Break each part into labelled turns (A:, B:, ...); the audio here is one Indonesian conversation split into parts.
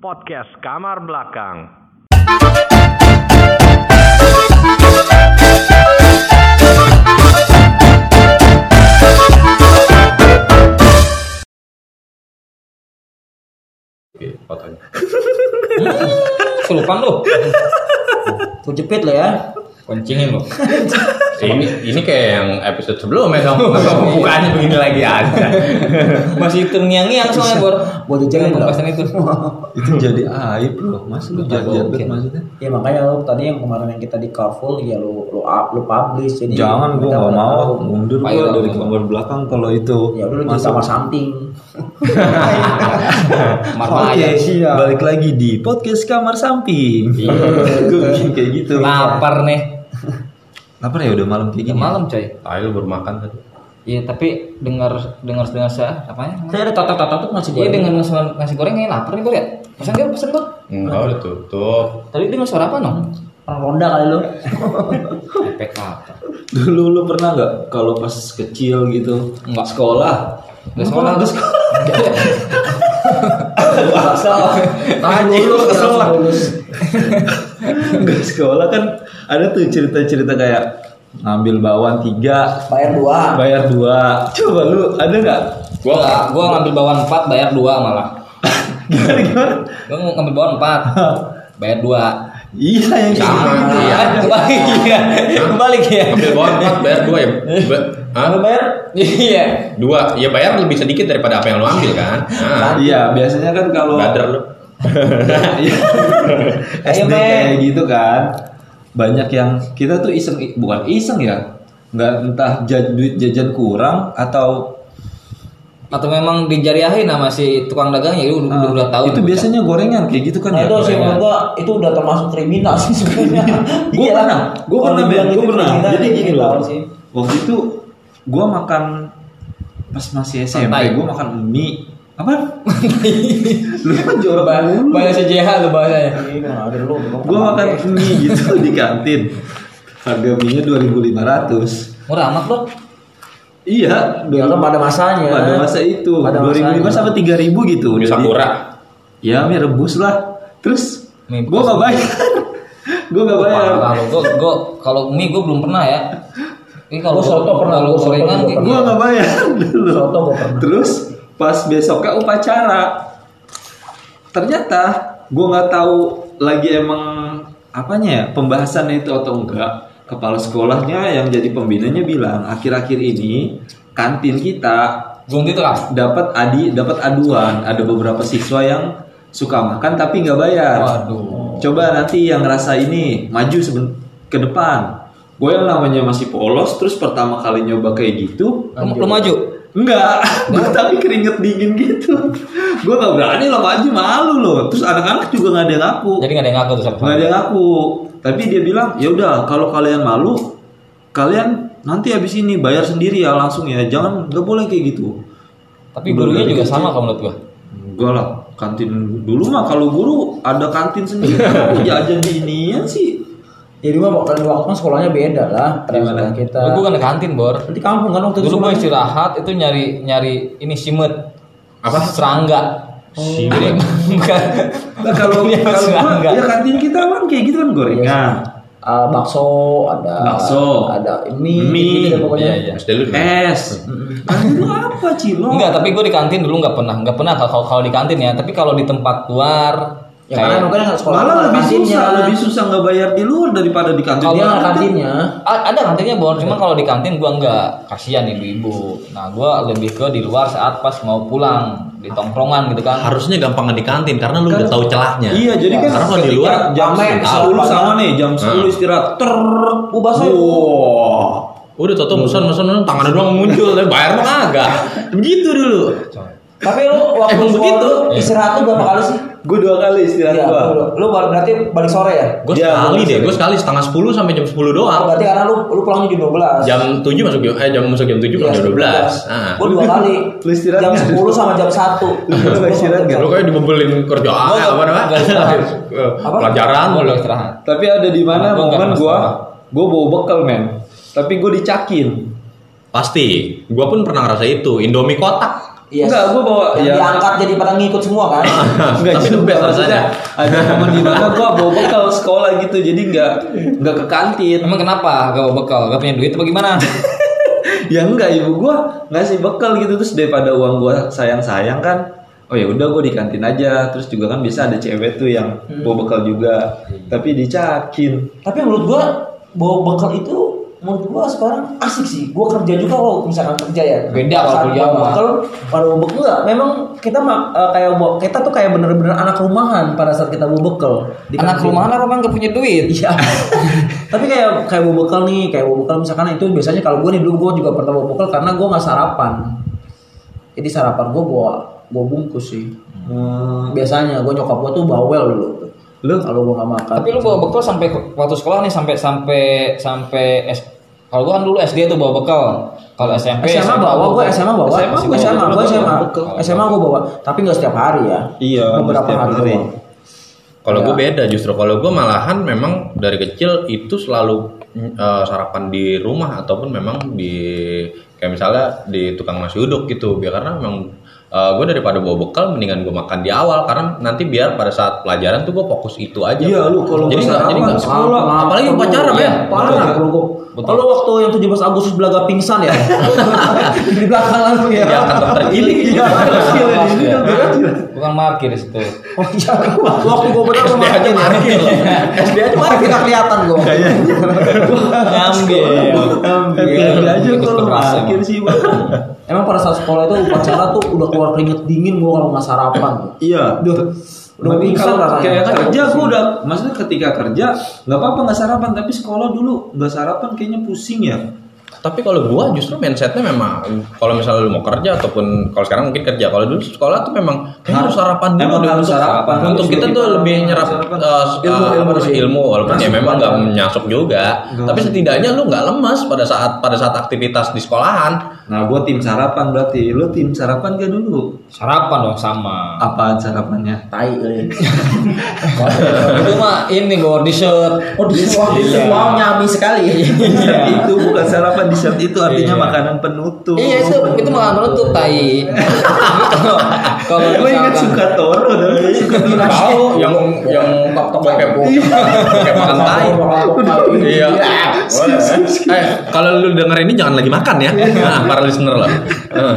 A: Podcast Kamar Belakang.
B: Oke, fotonya.
C: Selupan lu.
D: Ku jepit lo ya.
C: Kuncingin lu.
B: ini ini kayak yang episode sebelumnya dong. Bukannya begini lagi aja.
C: Masih terngiang-ngiang soalnya bor.
D: Buat dijalan dong.
C: pembahasan itu.
B: itu jadi aib loh, Mas. Lu
C: jangan jatuh,
B: maksudnya.
D: Ya makanya lu tadi yang kemarin yang kita di carpool ya lu lu up- lu publish jadi
E: Jangan gue
D: kita pada
E: nggak mau
D: Iya, tahu.
E: mundur gue
C: Ayo,
E: dari
C: ayo.
E: kamar belakang kalau itu.
D: Ya udah lu jadi
E: Masuk.
D: sama something.
C: Kamar
E: Oke,
C: mayat.
E: siap. Balik lagi di podcast kamar samping. gue bikin kayak gitu.
C: Lapar nih.
E: Lapar ya udah malam kayak
C: Udah
E: gini.
C: malam coy.
B: Tai lu baru makan tadi.
C: Iya tapi dengar dengar dengar saya apanya?
D: Saya ada tatak-tatak ngasih
C: Iya
D: goreng.
C: dengar nasi, nasi goreng kayaknya lapar nih bor ya. Pesan dia pesan bor.
B: Enggak udah tutup.
C: Tadi dengar suara apa nong?
D: Orang ronda kali lu.
C: Efek apa?
E: Dulu lu pernah nggak kalau pas kecil gitu
C: Nggak.
E: sekolah?
C: Udah sekolah udah sekolah.
D: Tahan dulu
E: lu kesel lah.
D: lulus.
E: Nggak sekolah kan ada tuh cerita-cerita kayak ngambil bawaan tiga,
D: Bayar dua.
E: bayar dua. Coba lu ada nggak?
C: Gua nggak- gua ngambil bawaan 4 bayar 2 malah.
E: Gimana gimana?
C: Gua ngambil bawaan 4 bayar 2.
E: Iya yang kayak
B: Sama.
E: gitu.
C: Iya, kebalik ya. Kebalik ya.
B: Ambil bawah empat bayar dua ya. Ba- Hah?
C: Iya.
B: Dua. Ya bayar lebih sedikit daripada apa yang lu ambil kan. Nah,
E: Iya, biasanya kan kalau
B: badar lu.
E: Iya.
C: Ayo,
E: SD
C: Men.
E: kayak gitu kan banyak yang kita tuh iseng bukan iseng ya nggak entah ja- duit jajan kurang atau
C: Atau memang dijariahin sama si tukang dagang ya udah udah,
D: Ah,
C: udah tahu
E: itu
C: nih,
E: biasanya gorengan kayak gitu kan
D: Nah
E: ya
D: itu sih menurut gua itu udah termasuk kriminal sih sebenarnya.
E: gue
D: Iyalah.
E: pernah gue
D: Kalau
E: pernah
D: dibilang
E: men gue
D: itu
E: pernah
D: kriminal,
E: jadi
D: itu
E: gini
D: kriminal
E: loh
D: sih.
E: waktu itu gue makan pas masih
C: Santai.
E: SMP gue makan mie apa lu kan jorok
C: Ba- Banyak CJH lu bahasanya.
D: Iya, ada lu.
E: gue makan mie gitu di kantin harga mie nya dua ribu lima ratus
C: Murah amat lo.
E: Iya,
D: Ya kan
E: dulu-
D: pada masanya.
C: ya.
E: pada masa itu.
D: Pada
E: 2005
D: masanya.
E: sampai 3000 gitu.
B: Mie
E: Jadi-
B: sakura.
E: Ya, mie rebus lah. Terus
C: Mie
E: gua enggak bayar. gua enggak bayar.
C: Parah lo. Gua gua kalau mie gua belum pernah ya. Ini kalau
D: Gua soto pernah,
C: kalau
D: gua soto
C: gorengan
D: juga
E: Gua enggak bayar dulu.
D: Soto gua pernah.
E: Terus pas besoknya upacara. Ternyata gua nggak tahu lagi emang apanya ya, pembahasannya itu atau enggak. Kepala sekolahnya yang jadi pembinanya bilang akhir-akhir ini kantin kita
C: Gunti itu kan.
E: dapat adi dapat aduan ada beberapa siswa yang suka makan tapi nggak bayar
C: Waduh.
E: coba nanti yang ngerasa ini maju seben- ke depan gue yang namanya masih polos terus pertama kali nyoba kayak gitu
C: Lu, lu maju.
E: enggak gua tapi keringet dingin gitu gue nggak berani lah maju malu loh terus anak-anak juga nggak ada yang ngaku
C: Jadi Ya, nggak ada yang ngaku tuh sama.
E: nggak ada yang ngaku tapi dia bilang ya udah kalau kalian malu kalian nanti habis ini bayar sendiri ya langsung ya jangan nggak boleh kayak gitu
C: Tapi gurunya juga
D: gitu.
C: sama kalau menurut gua.
E: Enggak lah, kantin dulu mah kalau guru ada kantin sendiri. Aku jajan di inian sih.
D: Jadi mah waktu waktu mah sekolahnya beda lah. Pada
E: Gimana?
D: sekolah kita.
C: Lu gua kan di kantin, Bor.
D: Di kampung kan waktu itu.
C: Dulu
D: semua.
C: gua istirahat itu nyari nyari ini simet.
B: Apa?
C: Serangga. Simet. Bukan.
E: Nah, kalau
C: Iya,
E: kalau gua,
C: serangga.
E: ya kantin kita kan kayak gitu kan gorengan,
D: Iya. Ah, bakso, ada
E: Bakso.
D: ada mie, gitu-gitu
E: Mie.
D: deh pokoknya.
C: Iya, iya.
B: SD lu.
E: es. Kantin itu apa Cino?
C: Enggak, tapi gue di kantin dulu nggak pernah, nggak pernah kalau kalau di kantin ya. Tapi kalau di tempat luar,
D: Ya karena
C: kayak,
D: mungkin nggak sekolah
E: Malah
D: nggak
E: lebih
D: kantinnya.
E: susah, lebih susah nggak bayar di luar daripada di kantin.
D: Dia
C: Kalau
D: nggak kantinnya.
C: A- ada kantinnya bor, cuman kalau di kantin gue nggak kasihan ibu-ibu. Nah, gue lebih ke di luar saat pas mau pulang di tongkrongan gitu kan.
B: Harusnya gampang di kantin karena lu udah tahu celahnya.
E: Iya, jadi kan
B: Karena kalau di
E: ketika
B: luar,
E: jam
D: rame,
E: 10
D: sarapan.
E: sama nih, jam 10 istirahat. Ter,
D: Ubah saya.
E: Wah.
B: Udah tutup pesan pesan tangannya doang muncul, tapi bayar mah kagak.
E: Gitu
B: Begitu dulu.
D: Tapi lu waktu
B: Emang
D: sekolah
B: begitu?
D: lu istirahat tuh berapa kali sih?
E: Gue dua kali istirahat
D: Iya,
E: gua.
D: lu, lu bal- berarti balik sore ya?
B: Gue
E: Iya,
B: sekali
E: gua
B: deh, gue sekali setengah 10 sampai jam 10 doang.
D: Oh, berarti karena lu lu pulangnya jam 12.
B: Jam 7 masuk jam eh jam masuk jam 7
D: Iya,
B: pulang jam 12. Nah.
D: Gua dua kali.
E: Ah. Lu istirahat
D: jam
E: nggak?
D: 10 sama jam 1.
E: Lu kan- nggak istirahat nggak?
B: Lu kayak dibebelin kerjaan
C: Gua
B: eh, apa namanya?
C: nggak istirahat.
B: Eh, Pelajaran
C: gue udah istirahat.
E: Tapi ada di mana
C: Nah, gua
E: momen
C: nggak
E: gua
C: masalah.
E: gua bawa bekal men. Tapi gua dicakin.
B: Pasti. Gua pun pernah ngerasa itu. Indomie kotak.
D: Iya.
E: Enggak, gua bawa-
D: yang
E: ya.
D: diangkat jadi pada ngikut semua kan.
E: Enggak
B: Tapi
E: gitu,
B: itu best
E: maksudnya
B: rasanya.
E: ada momen di mana gua bawa bekal sekolah gitu, jadi enggak enggak ke kantin.
C: Emang kenapa gak bawa bekal? Gak punya duit apa gimana?
E: Ya enggak, ibu gua ngasih bekal gitu terus daripada uang gua sayang-sayang kan. Oh ya udah gua di kantin aja. Terus juga kan biasa ada cewek tuh yang bawa bekal juga, tapi dicakin.
D: Tapi menurut gua bawa bekal itu menurut gua sekarang asik sih. Gua kerja juga kalau misalkan kerja ya.
C: Beda kalau
D: Saat
C: kuliah
D: bawa
C: mah.
D: bekal, kalau bawa bekal enggak. Memang kita mah, eh, kayak bawa- kita tuh kayak bener-bener anak rumahan pada saat kita bawa bekal. Di
C: Anak
D: kantin.
C: rumahan apa emang gak punya duit?
D: Iya. Tapi kayak kayak bawa bekal nih, kayak bawa bekal misalkan itu biasanya kalau gue nih dulu gue juga pernah bawa bekal karena gue nggak sarapan. Jadi sarapan gue bawa gue bungkus sih.
E: Hmm.
D: Biasanya gue nyokap gue tuh bawel dulu. tuh.
E: Lu?
D: Kalau gue nggak makan.
C: Tapi lu bawa bekal sampai ke- waktu sekolah nih sampai sampai sampai S kalau gua kan dulu SD tuh bawa bekal. Kalau SMP
D: SMA bawa, gue SMA bawa,
C: SMA
D: SMA,
C: bawa
D: SMA,
C: bekal.
D: gue SMA,
C: Bekal.
D: SMA gue bawa, tapi nggak setiap hari ya.
E: Iya,
D: beberapa
E: setiap
D: hari.
E: hari.
D: doang.
B: Kalau
E: Iya.
B: gue beda justru kalau gue malahan memang dari kecil itu selalu eh, sarapan di rumah ataupun memang di kayak misalnya di tukang nasi uduk gitu biar karena memang gue daripada bawa bekal mendingan gue makan di awal karena nanti biar pada saat pelajaran tuh gue fokus itu aja.
E: Iya, lu kalau
B: jadi
E: nggak
B: nggak jadi
E: sarapan,
B: nggak
E: sekolah.
B: sekolah. Apalagi upacara
D: Iya,
B: ya.
D: Parah kalau gue. Kalau waktu yang 17 Agustus belaga pingsan ya. di belakang langsung ya. Iya,
B: Ya kata Iya, tergiling.
C: Bukan kan markir itu.
D: Oh iya, waktu gue benar
B: SD aja markir. Iya,
D: SD aja marah kita kelihatan gue.
C: Ngambil.
E: Iya, Ambil aja
C: Iya, Ikut
E: kalau
C: kelas emang.
E: akhir sih, Bang.
D: Emang pada saat sekolah itu upacara tuh udah keluar keringet dingin gue kalau nggak sarapan.
E: Iya.
D: Duh, udah
E: Mending
D: pingsan
E: kalau
D: rasanya.
E: kayak kerja gue udah maksudnya ketika kerja nggak apa-apa nggak sarapan tapi sekolah dulu nggak sarapan kayaknya pusing ya
B: Tapi kalau gua justru mindsetnya memang kalau misalnya lu mau kerja ataupun kalau sekarang mungkin kerja kalau dulu sekolah tuh memang kayaknya harus sarapan dulu
E: Emang
B: deh
E: harus
B: untuk-
E: sarapan,
B: untuk
E: harus
B: kita
E: lebih
B: tuh
E: parah,
B: lebih
E: harus
B: nyerap
E: sarapan.
B: eh, se-
D: Ilmu,
B: eh,
D: ilmu
B: apa sih,
D: sih.
B: ilmu walaupun ya
D: Masuk
B: memang nggak
D: badan.
B: menyasok juga tapi setidaknya lu nggak lemas pada saat pada saat aktivitas di sekolahan
E: nah gue tim sarapan berarti lo tim sarapan gak dulu
C: Sarapan dong sama.
E: apaan sarapannya
D: Tai kali.
C: itu mah ini gordi shirt.
D: Oh, di wow nyami sekali.
E: Iya. itu bukan sarapan di saat itu artinya
C: Iya.
E: makanan penutup
C: Iya itu itu malah menutup tai. Kalau
E: gue inget suka toro dan suka
B: tahu yang yang tok tok kayak
E: Iya.
B: kayak makan tai iya Boleh.
E: ya.
B: eh kalau lu denger ini jangan lagi makan ya
E: Iya.
B: nah, para listener lah Eh,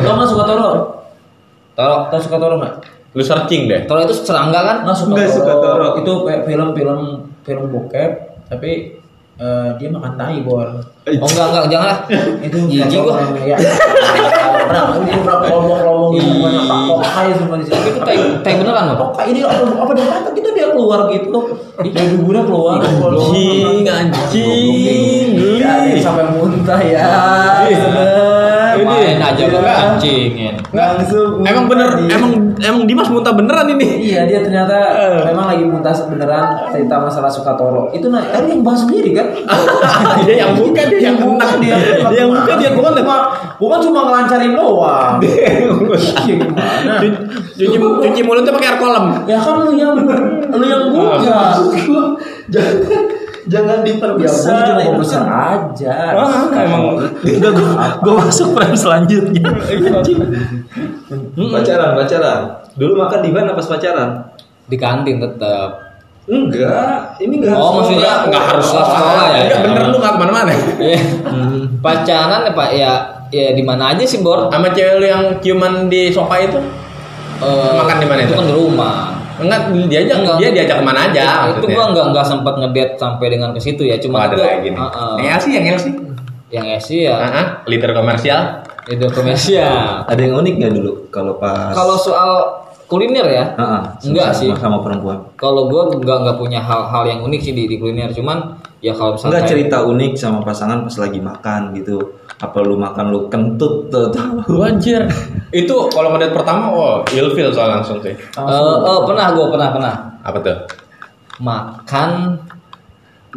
D: Lo nggak suka toro?
C: Tolong
D: Lo suka toro nggak? Oh.
B: lu searching deh
C: Kalau itu serangga kan?
D: Nggak suka,
E: Nggak
D: toro.
E: suka toro.
D: Itu kayak film-film film bokep, tapi eh, dia makan tai bor.
C: Oh enggak enggak jangan lah.
D: Itu
C: Jijik
D: kalau
C: gua.
D: orang Ya. Nah, ini udah kelompok-kelompok gitu banyak tak kokai semua di
C: Tapi
D: sini.
C: itu tai tai beneran loh.
D: Kokai ini apa apa dia kata kita dia keluar gitu. Di dari buburnya keluar.
B: anjing anjing
D: Ya,
B: geli
D: sampai muntah ya.
B: Ih.
D: Bener.
B: Ini.
C: Main aja lu
D: Iya.
C: kancingin.
D: Langsung.
B: Emang
D: muntah
B: bener,
D: dia.
B: emang Eh. emang Dimas muntah beneran ini.
D: Iya dia ternyata memang lagi muntah beneran cerita masalah Sukatoro. Itu nah, tadi yang bahas sendiri kan?
B: dia yang buka, dia yang kena dia. Dia yang buka, dia kan
D: bukan cuma bukan cuma ngelancarin doang. Iya, gimana?
B: Cu- Cuci cuci mulutnya pakai air kolam.
D: Ya kan lu yang lu yang
B: Ah.
D: buka.
B: Ya
E: jangan jangan
D: Ya gua
E: diperbesar
D: cuma
E: itu kan.
D: besar aja.
B: Ah, emang
E: Udah gue masuk frame selanjutnya. pacaran, pacaran. Dulu makan di mana pas pacaran?
C: Di kantin tetap.
E: Enggak, ini enggak.
C: Oh,
E: harus
C: maksudnya
E: sekolah.
C: enggak harus sekolah ya.
B: Enggak bener lu nggak kemana-mana.
C: Iya. Pacaran ya Pak ya ya di mana aja sih Bor?
B: Sama cewek lu yang ciuman di sofa itu?
C: Eh,
B: Makan di mana
C: itu?
B: itu?
C: kan di rumah.
B: Enggak, dia aja
C: Enggak.
B: dia diajak kemana aja.
C: itu
B: maksudnya.
C: gua enggak enggak sempat ngedate sampai dengan ke situ ya,
B: Oh,
C: cuma
B: ada
C: gua-
B: lagi nih.
C: Heeh.
B: Yang LC, yang LC.
C: yang esi ya
B: Heeh, leader komersial.
C: itu komersial.
E: Ada yang unik nggak dulu kalau pas?
C: Kalau soal kuliner ya,
E: Heeh, sama-
C: Enggak
E: sama-
C: sih.
E: Sama perempuan.
C: kalau gua nggak nggak punya hal-hal yang unik sih di, di kuliner, cuman ya kalau misalnya
E: Enggak cerita unik sama pasangan pas lagi makan gitu. Apa lu makan lu kentut tuh?
B: Wajar. Itu kalau ngeliat pertama, oh, ilfil soal langsung sih.
C: Eh, eh, pernah gua pernah pernah
B: Apa tuh?
C: makan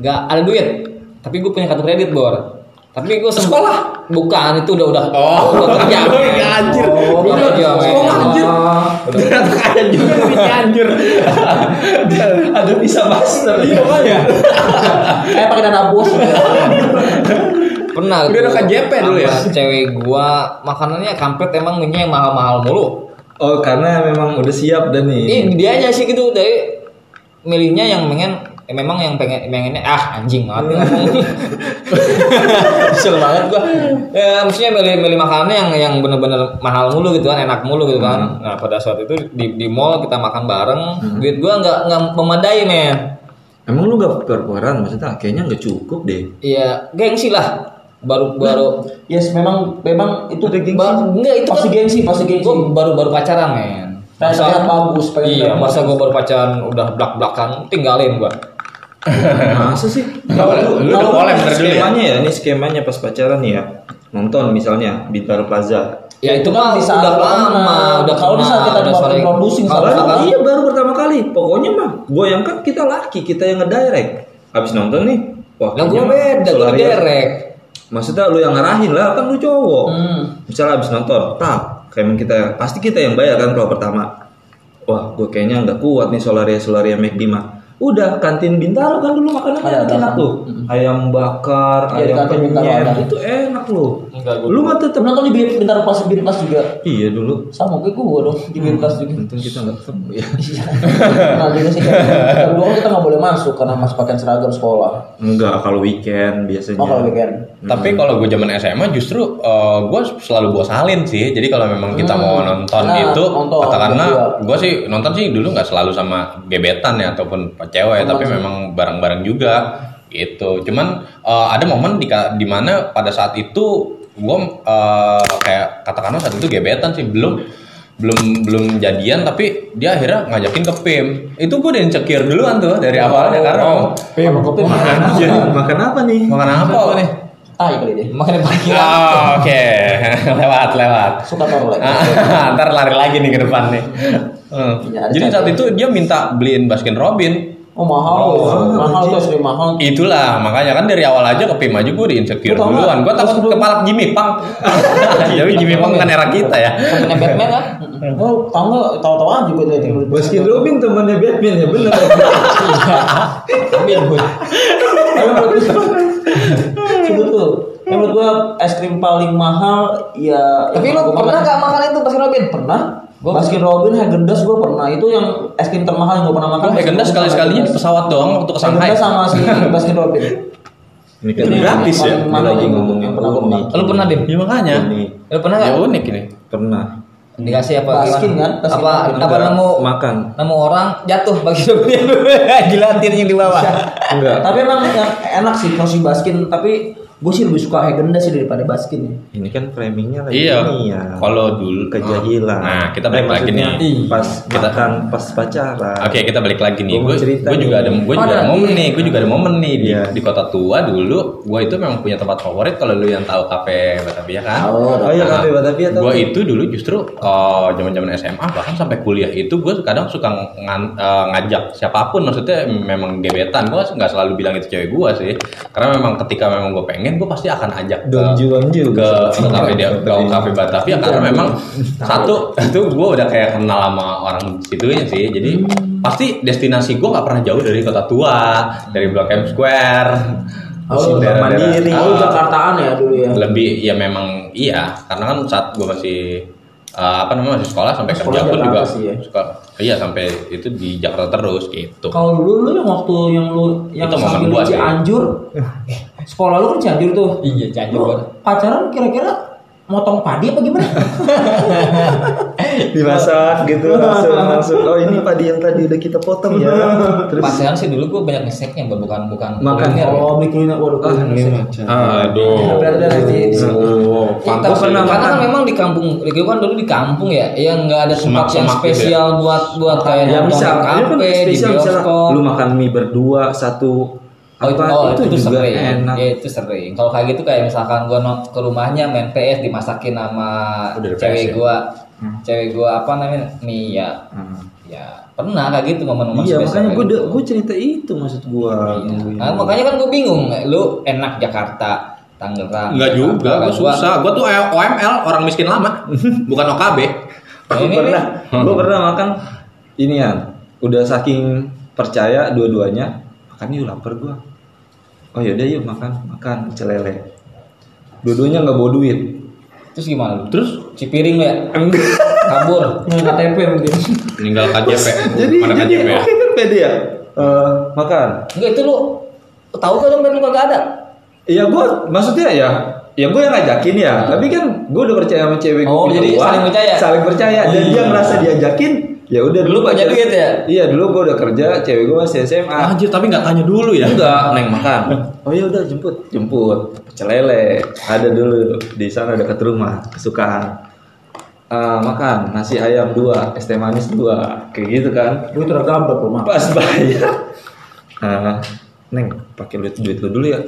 C: nggak ada duit, tapi gua punya kartu kredit bor. Tapi gua sempat-
B: Sekolah?
C: Bukan itu udah udah
B: Oh,
C: udah kerja.
B: iya, anjir.
C: Oh,
B: Gua
C: udah kerja.
B: bilang, sekolah, anjir. Ternyata kaya juga sih anjir.
E: Ada bisa master.
B: Iya, makanya.
D: gitu. Kayak pakai dana bos.
C: Pernah
B: Udah ada KJP dulu ya?
C: Sama Cewek gua makanannya kampret emang minyak yang mahal-mahal mulu.
F: Oh karena memang udah siap dan nih.
B: Hmm.
C: Ih, dia aja Iya, sih gitu dari milihnya yang pengen eh, memang yang pengen pengennya ah anjing banget nih ngomong. Kesel banget gua. Ya, maksudnya milih milih makanannya yang yang bener-bener mahal mulu gitu kan, enak mulu gitu
B: Hmm.
C: kan. Nah, pada saat itu di di mall kita makan bareng, duit gua nggak nggak memadai men.
E: Emang lu gak per-peran maksudnya kayaknya nggak cukup deh.
C: Iya, gengsi lah. Baru baru
B: Nah, ya,
D: Yes, memang memang itu
F: Ada gengsi.
C: Ba- enggak itu
D: Pasti
C: kan
D: gengsi, pasti gengsi.
C: Gua baru-baru pacaran men.
D: Pengen terlihat bagus, pengen
C: Iya,
D: terlihat
C: masa gua baru pacaran udah blak-blakan tinggalin gua.
E: Masa sih?
B: Lu lu udah boleh bener dulu ya.
E: skemanya ya, ini skemanya pas pacaran nih ya. Nonton misalnya Bintaro Plaza.
C: Ya itu mah
D: di saat
C: udah
D: lama.
C: lama, udah
D: Kalau di
C: kena,
D: saat kita
C: udah
D: mau
C: sore.
D: producing,
B: Ah,
C: Kalau
D: salah.
C: sekarang-
E: Baru, iya baru pertama kali. Pokoknya mah gua yang kan kita laki, kita yang ngedirect. Habis nonton nih, wah
D: Iya,
C: Lah gua
E: kayaknya mah
C: beda, gua
E: Solaria-
C: derek.
E: Maksudnya lu yang ngarahin lah, kan lu cowok.
B: Hmm.
D: Hmm.
E: Misalnya abis nonton, tak, kayak kita pasti kita yang bayar kan kalau pertama. Wah, gue kayaknya nggak kuat nih solaria solaria McD mah. Udah kantin Bintaro kan dulu makanannya
D: Ada, ada.
E: enak tuh. Ayam
D: Iya,
E: bakar,
D: di
E: ayam
D: kantin Bintaro
E: penyet,
D: ada.
E: itu enak lu.
C: Enggak, gua-
E: Lu mah tetep
D: Temen nonton di bin- Bintaro Plaza Bintas juga.
E: Iya dulu.
D: Sama kayak gua dong di Bintas juga.
E: Untung kita nggak ketemu
D: Iya.
C: Iya.
E: ya.
D: Nah, juga sih kayak kita berdua kan kita nggak boleh masuk karena masih pakai seragam sekolah.
E: Enggak, kalau weekend
C: Iya.
E: biasanya.
D: Oh, kalau weekend.
B: Tapi kalau gue zaman SMA justru gue selalu gua salin sih. Jadi kalau memang kita mau nonton
D: Nah,
B: gitu,
D: nonton,
B: katakanlah
D: berdua.
B: gue sih nonton sih dulu nggak selalu sama gebetan ya ataupun cewek, tapi memang bareng-bareng juga gitu. Cuman eh, ada momen di dimana pada saat itu gue kayak katakanlah saat itu gebetan sih belum belum belum jadian tapi dia akhirnya ngajakin ke PIM itu gue udah insecure duluan tuh dari awalnya karena "Oh,
C: Iya,
D: Pim, kopi makan.
E: Jadi, makan apa nih?
B: makan apa nih
D: Tai kali deh.
C: Makanya parkiran.
B: Oh, oke lewat lewat
D: Suka taruh lagi.
B: Ah, ntar lari lagi nih ke depan nih. Hmm.
D: Iya, ada
B: Jadi saat
D: cara.
B: itu dia minta beliin Baskin Robin.
D: Oh mahal, mahal tuh asli mahal.
B: Itulah makanya kan dari awal aja ke PIM aja gue di insecure
D: Lu tau nggak?
B: duluan. Gue takut
D: Sebelum-
B: kepala Jimmy Pang. Tapi Jimmy Pang kan era kita ya.
C: Temennya Batman kan?
D: Oh, tau nggak? Tahu-tahu aja gue dari dulu.
F: Baskin Robin temannya Batman ya bener.
C: Ambil gue.
D: Tapi menurut gue, sebut tuh. Tapi menurut gue es krim paling mahal ya.
C: Tapi
D: yang
C: lu
D: gua
C: pernah
D: makan.
C: gak makan itu Baskin Robin?
D: Pernah.
C: Gua
D: Baskin Robin, Haagen Dazs gue pernah. Itu yang es krim termahal yang gue pernah
C: Oh,
D: makan.
B: Eh gendas sekali sekalinya di pesawat doang waktu ke Shanghai.
D: Haagen Dazs sama si Baskin Robin.
E: Ini kan
D: Ini
E: gratis ya.
D: makan
E: Ini
D: malam.
E: lagi ngomongin
D: Iya, Pernah gua
E: unik.
C: Lu pernah Dim?
B: Ya makanya.
E: Ini.
C: Lu pernah
B: Ya
C: gak?
B: unik ini.
E: Pernah.
C: Dikasih apa?
D: Baskin
C: gimana?
D: kan? Baskin
C: Apa
D: Robin.
C: apa
E: Enggak,
C: nemu
E: makan.
C: nemu orang jatuh Baskin Robin dilantir yang di bawah.
D: Iya.
E: Enggak.
D: Tapi emang yang enak sih kalau si Baskin. Tapi gue sih lebih suka Haagen Dazs sih daripada Baskin. ya.
E: Ini kan framingnya lagi
B: Iya.
E: ini ya.
B: Kalau dulu
E: kejahilan.
B: Nah, kita balik
E: Eh,
B: lagi
E: maksudnya
B: nih. Iya.
E: Pas
B: Kita-
E: makan, pas pacaran.
B: Oke kita balik lagi nih.
E: Gua
B: Gue
E: mau cerita
B: gue juga
E: nih.
B: ada gue
C: Ada.
B: juga ada momen nih. Gue juga ada momen nih di,
E: Iya.
B: di kota tua dulu. Gue itu memang punya tempat favorit kalau lu yang tahu kafe Batavia kan.
E: Oh iya kafe Batavia tau.
B: Gue itu dulu justru eh, zaman zaman SMA bahkan sampai kuliah itu gue kadang suka ngan- eh, ngajak siapapun maksudnya memang gebetan gue nggak selalu bilang itu cewek gue sih karena memang ketika memang gue pengen gue pasti akan ajak ke
F: Donju Wangju.
B: ke ke kafe dia ke
E: Iya.
B: kafe Batavia karena memang satu itu gue udah kayak kenal sama orang situnya sih jadi
E: Hmm.
B: pasti destinasi gue nggak pernah jauh dari kota tua dari Blok M Square
D: Oh,
B: Daerah-daerah-
E: Mandiri.
B: Ah,
D: Oh, Jakartaan ya dulu ya.
B: lebih ya memang iya karena kan saat gue masih eh, apa namanya masih sekolah sampai
D: Sekolah
B: kerja pun
D: Jakarta
B: juga
D: sih ya.
B: sekolah iya sampai itu di Jakarta terus gitu
D: Kalau dulu lu yang waktu yang lu yang
B: Itu momen
D: sambil
B: gua
D: di
B: sih.
D: Cianjur, sekolah lu kan Cianjur tuh.
C: Iya, cantik
D: Lu
C: banget.
D: pacaran kira-kira motong padi apa gimana?
E: dimasak gitu langsung langsung. Oh ini padi yang tadi udah kita potong ya. Terus
C: Pacaran sih dulu gue banyak ngeseknya Bang. bukan bukan
E: Makan.
C: kuliner, ya.
D: oh, bikin waduh.
F: Ah,
D: kuliner Oh.
F: ini
D: sih.
F: macam.
D: Iya,
B: aduh
D: Berarti nanti di sini.
B: Oh,
C: Iya,
B: pantas
C: tapi-
B: sih.
C: karena kan memang di kampung, gue kan dulu di kampung ya, yang nggak ada tempat
B: Semak-semak
C: yang
B: gitu ya.
C: spesial buat buat kayak
E: ya
C: nonton di
E: bisa. Iya kan
C: kafe, di
E: spesial bisa.
C: bioskop.
E: Lu makan mie berdua satu
C: Oh, itu,
E: apa
C: oh, itu,
E: itu,
C: tuh
E: juga
C: sering.
E: enak.
C: Ya, itu sering. Kalau kayak gitu kayak misalkan gue ke rumahnya main PS dimasakin sama
B: Oh, dari PS
C: cewek
B: ya?
C: gue, cewek gue apa namanya Mia. Ya pernah kayak gitu momen-momen spesial.
E: Iya makanya
C: kayak
E: gue
C: gitu.
E: gue cerita itu maksud gue.
C: Iya. Nah, makanya kan gue bingung, lu enak Jakarta, Tangerang.
B: Enggak juga,
C: Jakarta,
B: gue
C: gua-
B: susah. Gue tuh OML, orang miskin lama, bukan OKB.
C: Nah, Ini nih.
E: pernah gue pernah makan ini ya udah saking percaya dua-duanya makan yuk lapar gue oh yaudah yuk makan makan celele Dua-duanya nggak bawa duit.
C: Terus gimana? lu? Terus cipiring lu ya? Kabur.
D: KTP mungkin.
B: meninggal KJP
E: Jadi
B: mana
E: jadi
B: KJP
E: oke
B: ya
E: kan pede ya. Eh, makan.
C: Enggak itu lu tahu gak dompet lu kagak ada?
E: Iya gue maksudnya ya ya gue yang ngajakin ya tapi kan gue udah percaya sama cewek
C: Oh,
E: gitu
C: jadi
E: doang.
C: saling percaya? Oh,
E: saling percaya dan dia merasa diajakin ya udah
C: Dulu punya
E: pacar-
C: duit ya? Ah,
E: iya dulu gue udah kerja cewek gue masih SMA
B: anjir tapi nggak tanya dulu ya
E: enggak neng makan oh ya udah jemput jemput pecel lele ada dulu di sana dekat rumah kesukaan Eh, makan nasi ayam dua es teh manis dua kayak gitu kan
D: Gue tergabung kok mah.
E: pas bayar eh, neng pakai duit duit lu dulu ya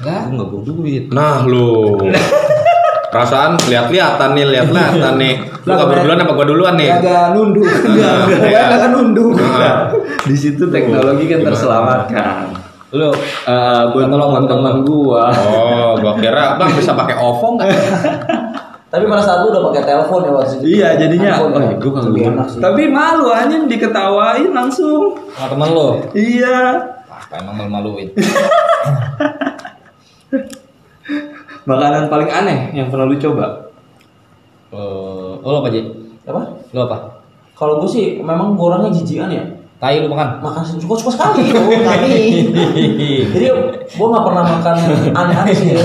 C: Hah?
E: gue nggak bawa duit
B: nah lu perasaan lihat-lihatan nih lihat-lihatan nih lu kabur duluan apa gua duluan nih
D: Agak nunduk. Enggak,
B: Enggak,
D: enggak
B: enggak.
D: agak nunduk.
E: di situ teknologi kan terselamatkan. Lu eh buat teman teman gua.
B: oh gua kira bang bisa pakai OVO nggak
D: Tapi pada saat lu udah pakai telepon ya waktu itu.
E: Iya jadinya
D: Handphone,
E: oh,
D: ya.
E: ya, gua kagak
D: Lebih
E: gua.
D: enak sih.
E: Tapi malu anjing diketawain langsung.
C: Sama temen lu.
E: Iya.
C: Apa emang malu-maluin?
E: Makanan paling aneh yang pernah lu coba.
C: Eh, lu apa, Ji?
D: Apa?
C: Lu apa?
D: Kalau gue sih memang gue orangnya jijian ya.
C: Tai lu makan.
D: Makan suka suka sekali. Oh, tapi jadi gue nggak pernah makan yang aneh-aneh sih. ya.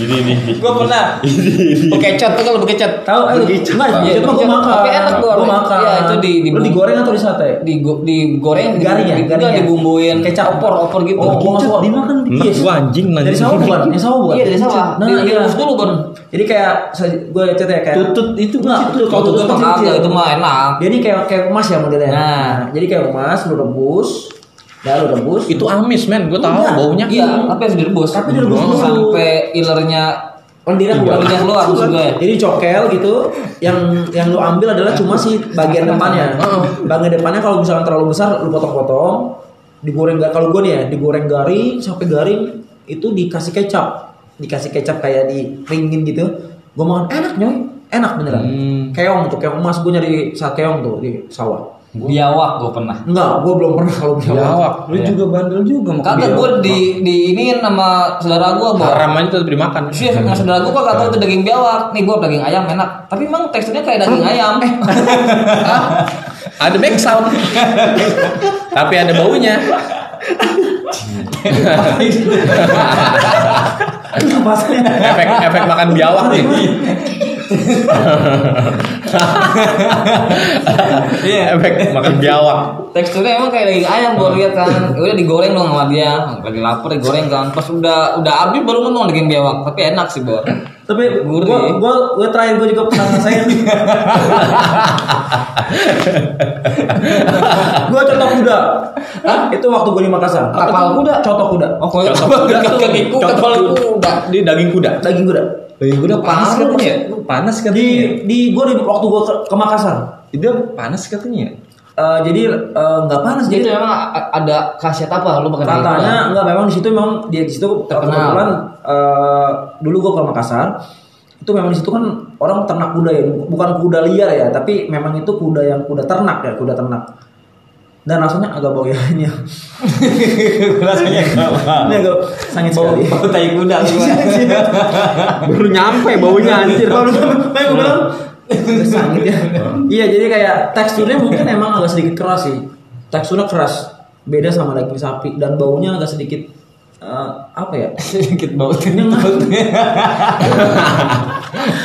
B: gini nih
C: Gua pernah. Bekecot tuh kalau bekecot.
D: Tahu? Eh, nggak?
C: Iya,
D: Jijian mah gue
C: jijian.
D: makan.
C: Tapi enak gua.
D: Gua makan.
C: Iya, itu di- di-
D: Lu digoreng atau di sate?
C: Di digoreng,
D: Garing ya? Garing
C: di- enggak,
D: ya?
C: dibumbuin
D: Kecap.
C: opor, opor gitu.
D: Oh, gua nggak suka.
E: dimakan.
D: Iya,
B: Enak, Nah, gua anjing nanya
D: Dari sawah bukan? Yang sawah bukan?
C: Iya, dari sawah.
D: Nah,
C: Di-
D: iya.
C: direbus dulu, Bon.
D: Jadi kayak gue chat ya kayak
E: Tutut itu
D: Nggak,
E: tutut.
D: kalau
C: Kalau
D: tutut
C: itu mah
D: kecil,
C: kagak,
D: kecil.
C: itu mah enak.
D: Dia ini kayak kayak emas ya modelnya.
C: Nah.
D: jadi kayak emas lu rebus. Ya lu rebus.
B: itu amis men gua tahu
D: Enggak.
B: baunya
C: Iya, tapi harus direbus.
D: Tapi direbus dulu.
C: sampai ilernya
D: lendirnya keluar.
C: Lendirnya keluar, maksud gue.
D: Jadi cokel gitu yang yang lu ambil adalah cuma si bagian depannya. Bagian depannya kalau misalnya terlalu besar lu potong-potong, digoreng ga- kalau gue nih ya, digoreng garing sampai garing itu dikasih kecap. Dikasih kecap kayak diringin gitu. Gue makan enak nyoy, enak beneran. Keong tuh, keong emas gue nyari sa keong tuh di sawah.
C: biawak gue pernah.
D: Enggak, gue belum pernah kalau biawak.
E: Lu juga bandel juga makan.
C: Kagak gue di di ini sama saudara gue bawa.
B: haram aja tetap dimakan
C: Sih, sama saudara gue kagak tahu itu daging biawak. Nih gue daging ayam enak. Tapi emang teksturnya kayak daging ayam.
D: Eh.
B: ada back sound tapi ada baunya efek efek makan biawak nih
C: Iya.
B: efek makan biawak
C: teksturnya emang kayak daging ayam gue lihat kan. Ya Udah digoreng dong sama dia. Lagi lapar digoreng kan. Pas udah udah habis baru ngomong daging biawak. Tapi enak sih bor.
D: Tapi
C: Gurih.
D: gue gue gue terakhir gue juga pernah ngerasain. gue contoh kuda. Hah? Itu waktu gue di Makassar.
C: Apa
D: Tapal
C: tuh?
D: kuda, contoh kuda.
C: Oh kalau
B: Cocok
C: kuda
B: kuda tuh.
C: kakiku
B: Cocok
C: kepala
B: kuda.
C: kuda.
B: di daging kuda
D: Daging kuda.
E: Daging kuda iya, panas
C: Parah
E: katanya.
C: ya?
E: Lu Panas
D: Di
E: katanya.
D: di gue di waktu gue ke, ke Makassar.
E: Iya. Itu panas katanya.
D: Eh, jadi eh, nggak panas
C: Jadi itu
D: jadi
C: memang a- ada khasiat apa lu makan daging kuda?
D: katanya nggak memang di situ memang dia di situ
C: Terkenal.
D: kebetulan eh, dulu gue ke Makassar itu memang di situ kan orang ternak kuda ya bukan kuda liar ya tapi memang itu kuda yang kuda ternak ya kuda ternak dan rasanya agak bau ya ini
C: rasanya
D: Iya. ini agak sangat sekali Iya,
C: bau tai kuda
E: Baru nyampe baunya anjir.
D: Baru sampai gue bilang, "Udah sangit ya. Iya jadi kayak teksturnya mungkin emang agak sedikit keras sih. Teksturnya keras, beda sama daging sapi dan baunya agak sedikit eh, apa ya?
C: sedikit bau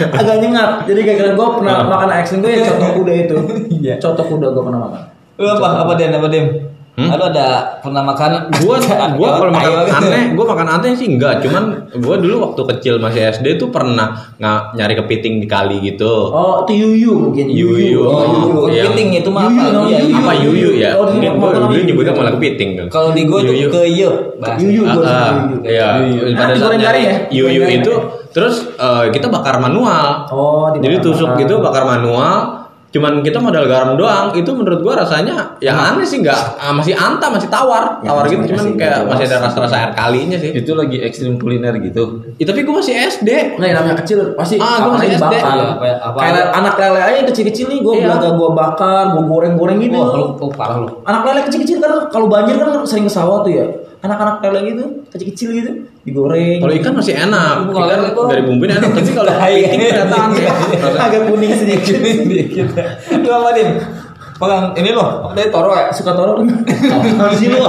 D: Agak nyengat. Jadi kayak keren gue pernah makan ekstrim gue ya contoh kuda itu.
C: Iya.
D: Contoh kuda gue pernah makan.
C: lu apa apa dem apa dem lu ada pernah makan
B: Hmm? gua gua kalau makan
C: Ayo.
B: aneh
D: gitu.
B: gua makan aneh sih enggak cuman gua dulu waktu kecil masih SD tuh pernah nggak nyari kepiting di kali gitu
D: Oh itu yuyu mungkin.
B: Yuyu.
C: Oh,
B: Oh,
C: yuyu.
B: iya.
C: kepiting itu mah
D: Yuyu,
C: apa?
D: namanya
C: Iya,
D: yuyu.
B: apa yuyu ya
D: Oh,
B: Ini
D: dia
B: gua
D: makan
B: dulu
D: yuyu.
B: nyebutnya malah kepiting kan
C: Kalau di gua tuh
B: Yuyu.
C: ke ye. bahasa.
D: Yuyu gue
B: Ah, Iya,
D: Yuyu.
B: pada
D: Nanti goreng
B: saatnya
D: garing ya?
B: yuyu
D: Goreng garing
B: itu
D: ya?
B: terus eh, kita bakar manual.
D: Oh, dibakar
B: Jadi tusuk
D: manual.
B: gitu bakar manual. Cuman kita modal garam doang. Itu menurut gua rasanya ya aneh sih nggak ah, masih anta masih tawar,
D: Ya,
B: tawar
D: Nah. masih-
B: gitu cuman
D: masih
B: kayak
D: jelas.
B: masih ada rasa-rasa air kalinya sih.
E: Itu lagi ekstrim kuliner gitu.
B: Ya,
D: Iya.
B: tapi gua masih SD.
D: Nah, yang namanya kecil pasti
B: Ah, gua masih
D: apalagi
B: SD.
D: bakar.
C: Iya, apa- apa-
D: Kayak anak lele aja kecil-kecil nih, gue
B: Iya.
D: belaga gue bakar, gue goreng-goreng gitu.
C: Wah, lu oh, parah lu.
D: anak lele kecil-kecil kan kalau banjir kan sering ke sawah tuh ya anak-anak lele gitu kecil-kecil gitu digoreng
B: Kalau ikan masih enak,
C: Kalau
B: ikan
C: itu-
B: dari bumbuin enak. Tapi kalau ya. kepiting ternyata aneh.
C: Iya.
D: agak kuning sedikit
C: Dikit. Lu apa Dim? Pegang ini loh, tadi toro ya.
D: suka tolong harus lu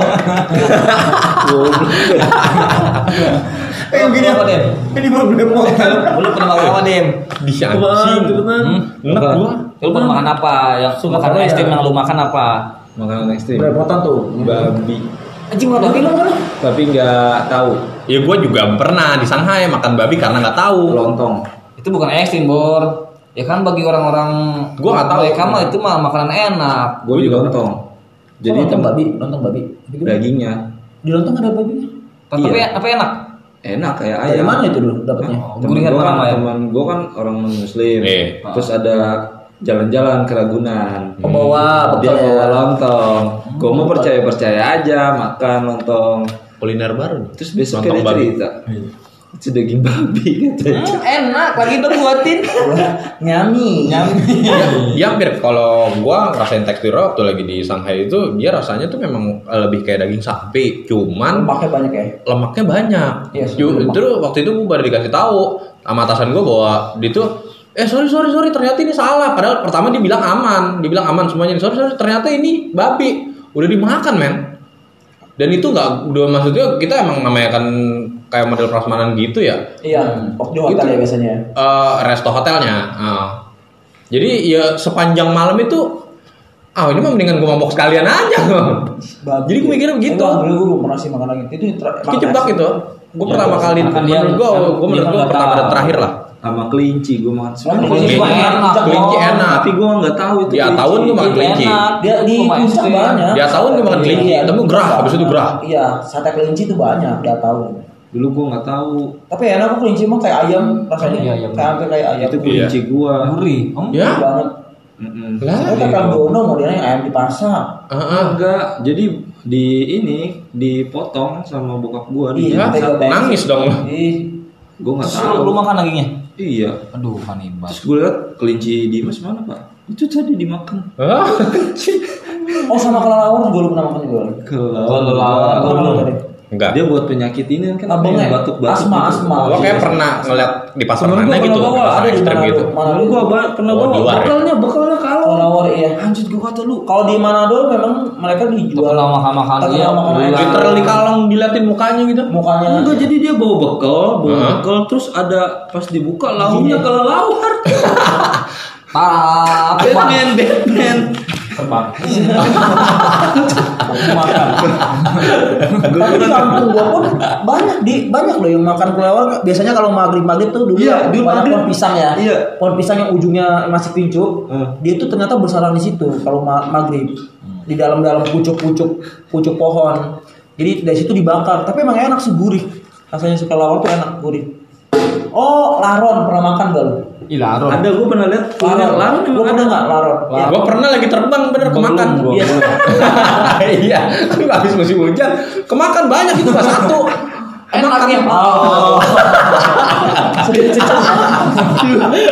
D: eh gini
C: Apa, Dim?
D: ini problem motor
C: Lu pernah makan apa Dim?
B: Di anjing.
C: Hmm?
B: Enak
C: Apa?
B: gua.
C: Lu pernah makan apa? Yang
D: Suka
C: makanan
D: toro ya.
C: ekstrim yang lu makan apa?
E: makanan ekstrim
D: Berepotan tuh
E: babi
C: Anjing mau
D: tapi lu kan
E: tapi nggak tahu
B: Ya gua juga pernah di Shanghai makan babi karena nggak tahu.
E: lontong
C: Itu bukan ekstrim, Bor. Ya kan bagi orang-orang
B: Gua nggak tahu.
C: Mereka mah itu mah makanan enak.
E: gue juga lontong Oh,
D: jadi lontong
E: jadi tempat
D: babi lontong babi
E: dagingnya
D: di lontong ada babinya
C: Tapi
E: Iya.
C: tapi enak.
E: enak kayak
C: Ah, iya.
D: dari
E: ayam
D: mana itu dulu dapatnya
C: Gurihan
E: temen gue kan,
C: pertama ya.
E: temen gua kan orang non muslim
B: Eh.
E: terus ada jalan-jalan ke Ragunan
D: Oh, bawa bekal
E: dia
D: ya.
E: bawa lontong gue mau percaya percaya aja makan lontong
B: Kuliner baru nih.
E: terus besoknya
B: Lontong
E: dia
B: babi.
E: cerita itu daging babi katanya
C: Hmm, enak lagi dong buatin.
D: nyami nyami
B: ya, ya hampir kalau gua ngerasain teksturnya waktu lagi di Shanghai itu dia rasanya tuh memang eh, lebih kayak daging sapi cuman
D: pakai banyak ya
B: lemaknya banyak
D: Iya,
B: Ju- terus waktu itu gue baru dikasih tahu sama atasan gue bahwa dia tuh eh sorry sorry sorry ternyata ini salah padahal pertama dia bilang aman dibilang aman semuanya sorry sorry ternyata ini babi udah dimakan men dan itu nggak udah maksudnya kita emang namanya kan kayak model prasmanan gitu ya
D: iya waktu di hotel ya biasanya
B: eh resto hotelnya. Ah. Jadi ya sepanjang malam itu ah ini mah mendingan gue mabok sekalian aja.
D: Babi.
B: Jadi gue mikirnya begitu.
D: Enggak, dulu gue belum pernah sih makan lagi itu ter-
B: Itu jebak itu. Gue
E: Ya,
B: pertama kali
C: makan dia-
B: menurut gue
C: kan
B: gue
C: dia
B: menurut gue
C: nggak
B: pertama
C: tahu.
B: dan terakhir lah.
E: sama kelinci gue Iya,
D: Emang
E: makan semua.
C: kelinci
D: kelinci
C: mah enak,
D: enak,
B: Kelinci
D: Bang.
B: enak. Ya,
E: tapi gue nggak tahu itu
B: Di Ataun gue makan
C: Itu
B: kelinci.
C: enak.
D: Dia di
C: Rumah
D: Puncak
C: ekstrim.
D: banyak.
B: Di Ataun gue makan kelinci,
D: Iya,
B: tapi
D: di
B: gerah,
D: Puncak.
B: habis itu gerah.
D: Iya, sate kelinci itu banyak, udah tahu.
E: dulu gue nggak tahu
D: Tapi enak kok kelinci mah kayak ayam rasanya.
C: Iya, ayam.
D: Kayak hampir kayak ayam. Iya.
E: itu kelinci
B: Iya.
E: gue
C: Gurih. Hmm.
B: Ya.
D: banget.
E: Mm-mm.
B: Lah.
C: Iya,
D: Itu kayak dono modelnya yang ayam dipasak.
B: Heeh.
E: enggak jadi di ini dipotong sama bokap gue di
D: Iya.
B: Ya,
D: Tega banget.
B: nangis dong.
D: Ih,
E: gue nggak
C: Terus lu-
E: tahu
C: lu makan dagingnya.
E: iya
C: Aduh, kanibal.
E: Terus gue liat kelinci Dimas mana pak? Itu tadi dimakan.
B: Hah?
D: oh sama kelelawar juga lu pernah makan juga.
E: Kelelawar.
D: Pernah makan tadi.
B: Enggak.
E: Dia buat penyakit ini kan gitu.
D: Abangnya
E: batuk batuk.
D: asma, asma.
B: Gue kayak pernah ngeliat di pasar
E: Temen gua
B: mana
E: pernah
B: gitu,
E: bawa,
B: pasar
D: Ada di
B: ekstrem
D: mana
B: gitu.
D: Mana
E: Lalu gue pernah
B: Oh,
E: bawa
B: di luar ya?
E: bekalnya bekalnya kalau.
D: Kelelawar iya.
E: Anjir gue kata lu.
D: Kalau di Manado memang mereka dijual
C: Terkenal makan-makan dia.
D: Terkenal makan-makan.
C: Gula.
B: Literally kalong diliatin mukanya gitu.
D: mukanya
E: Enggak jadi dia bawa bekal, bawa
B: Hah?
E: bekal terus ada pas dibuka lauknya kelelawar.
C: Parah. Ah, Apa? ya,
E: Batman, Batman.
D: Tapi di kampung gua pun banyak di banyak loh yang makan kelelawar. Biasanya kalau maghrib maghrib tuh dulu
E: Iya,
D: ya,
E: dulu
D: banyak
E: maghrib.
D: pohon pisang ya.
E: Iya.
D: Pohon pisang yang ujungnya masih pincuk.
E: Hmm.
D: Dia tuh ternyata bersarang di situ kalau ma- maghrib di dalam-dalam pucuk-pucuk pucuk pohon. Jadi dari situ dibakar. Tapi emang enak sih gurih. Rasanya si kelelawar tuh enak gurih. Oh, laron pernah makan gak lu?
C: Ilaron.
E: Ada gue pernah lihat kelelawar. Lalu
D: Lu
E: memang Iya, ada
D: pernah nggak laron? Ya.
B: Gua pernah lagi terbang bener kemakan. Iya. Iya. Habis musim hujan kemakan banyak itu nggak satu.
C: Enak lagi.
D: Oh.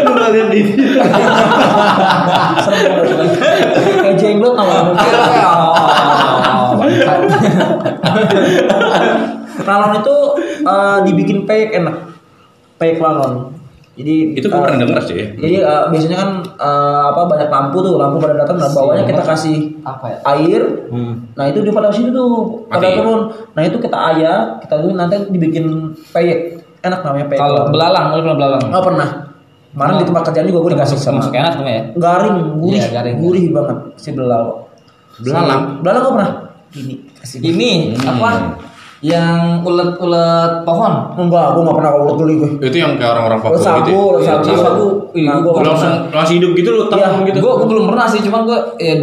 E: Lu pernah lihat di
D: Kayak jenglot tau
C: ya?
D: Lalon itu eh, dibikin peyek enak. Peyek lalon. Jadi
B: Itu gua
D: eh,
B: pernah denger sih.
D: Jadi eh, biasanya kan eh, apa banyak lampu tuh, lampu pada datang nah bawahnya kita kasih
C: Apa ya?
D: air. Nah, itu dia pada situ tuh, pada
B: Mati.
D: turun. Nah, itu kita ayak, kita tuh nanti dibikin peyek. Enak namanya peyek.
C: Kalau
D: lalon.
C: belalang, lu pernah belalang.
D: Oh, pernah. Kemarin di tempat kerjaan juga gue dikasih sama
C: Masuk enak tuh ya.
D: garing, gurih,
C: Iya, garing.
D: gurih banget si belalang.
B: Belalang?
D: Si- belalang gak pernah? Gini, kasih gini.
C: Ini apa? Yang ulet-ulet pohon.
D: Enggak, gue gak pernah ulet geli gue.
B: Itu yang kayak orang-orang
D: Ulet
B: Papua
D: sagu,
B: gitu.
D: ulet sagu, ulet sagu.
C: Iya,
D: Nah,
C: gua
D: gue
B: Lu
D: gak
B: langsung
D: pernah.
B: langsung hidup gitu lu
D: Iya,
B: tang gitu.
C: Gue belum pernah sih, cuman gue ya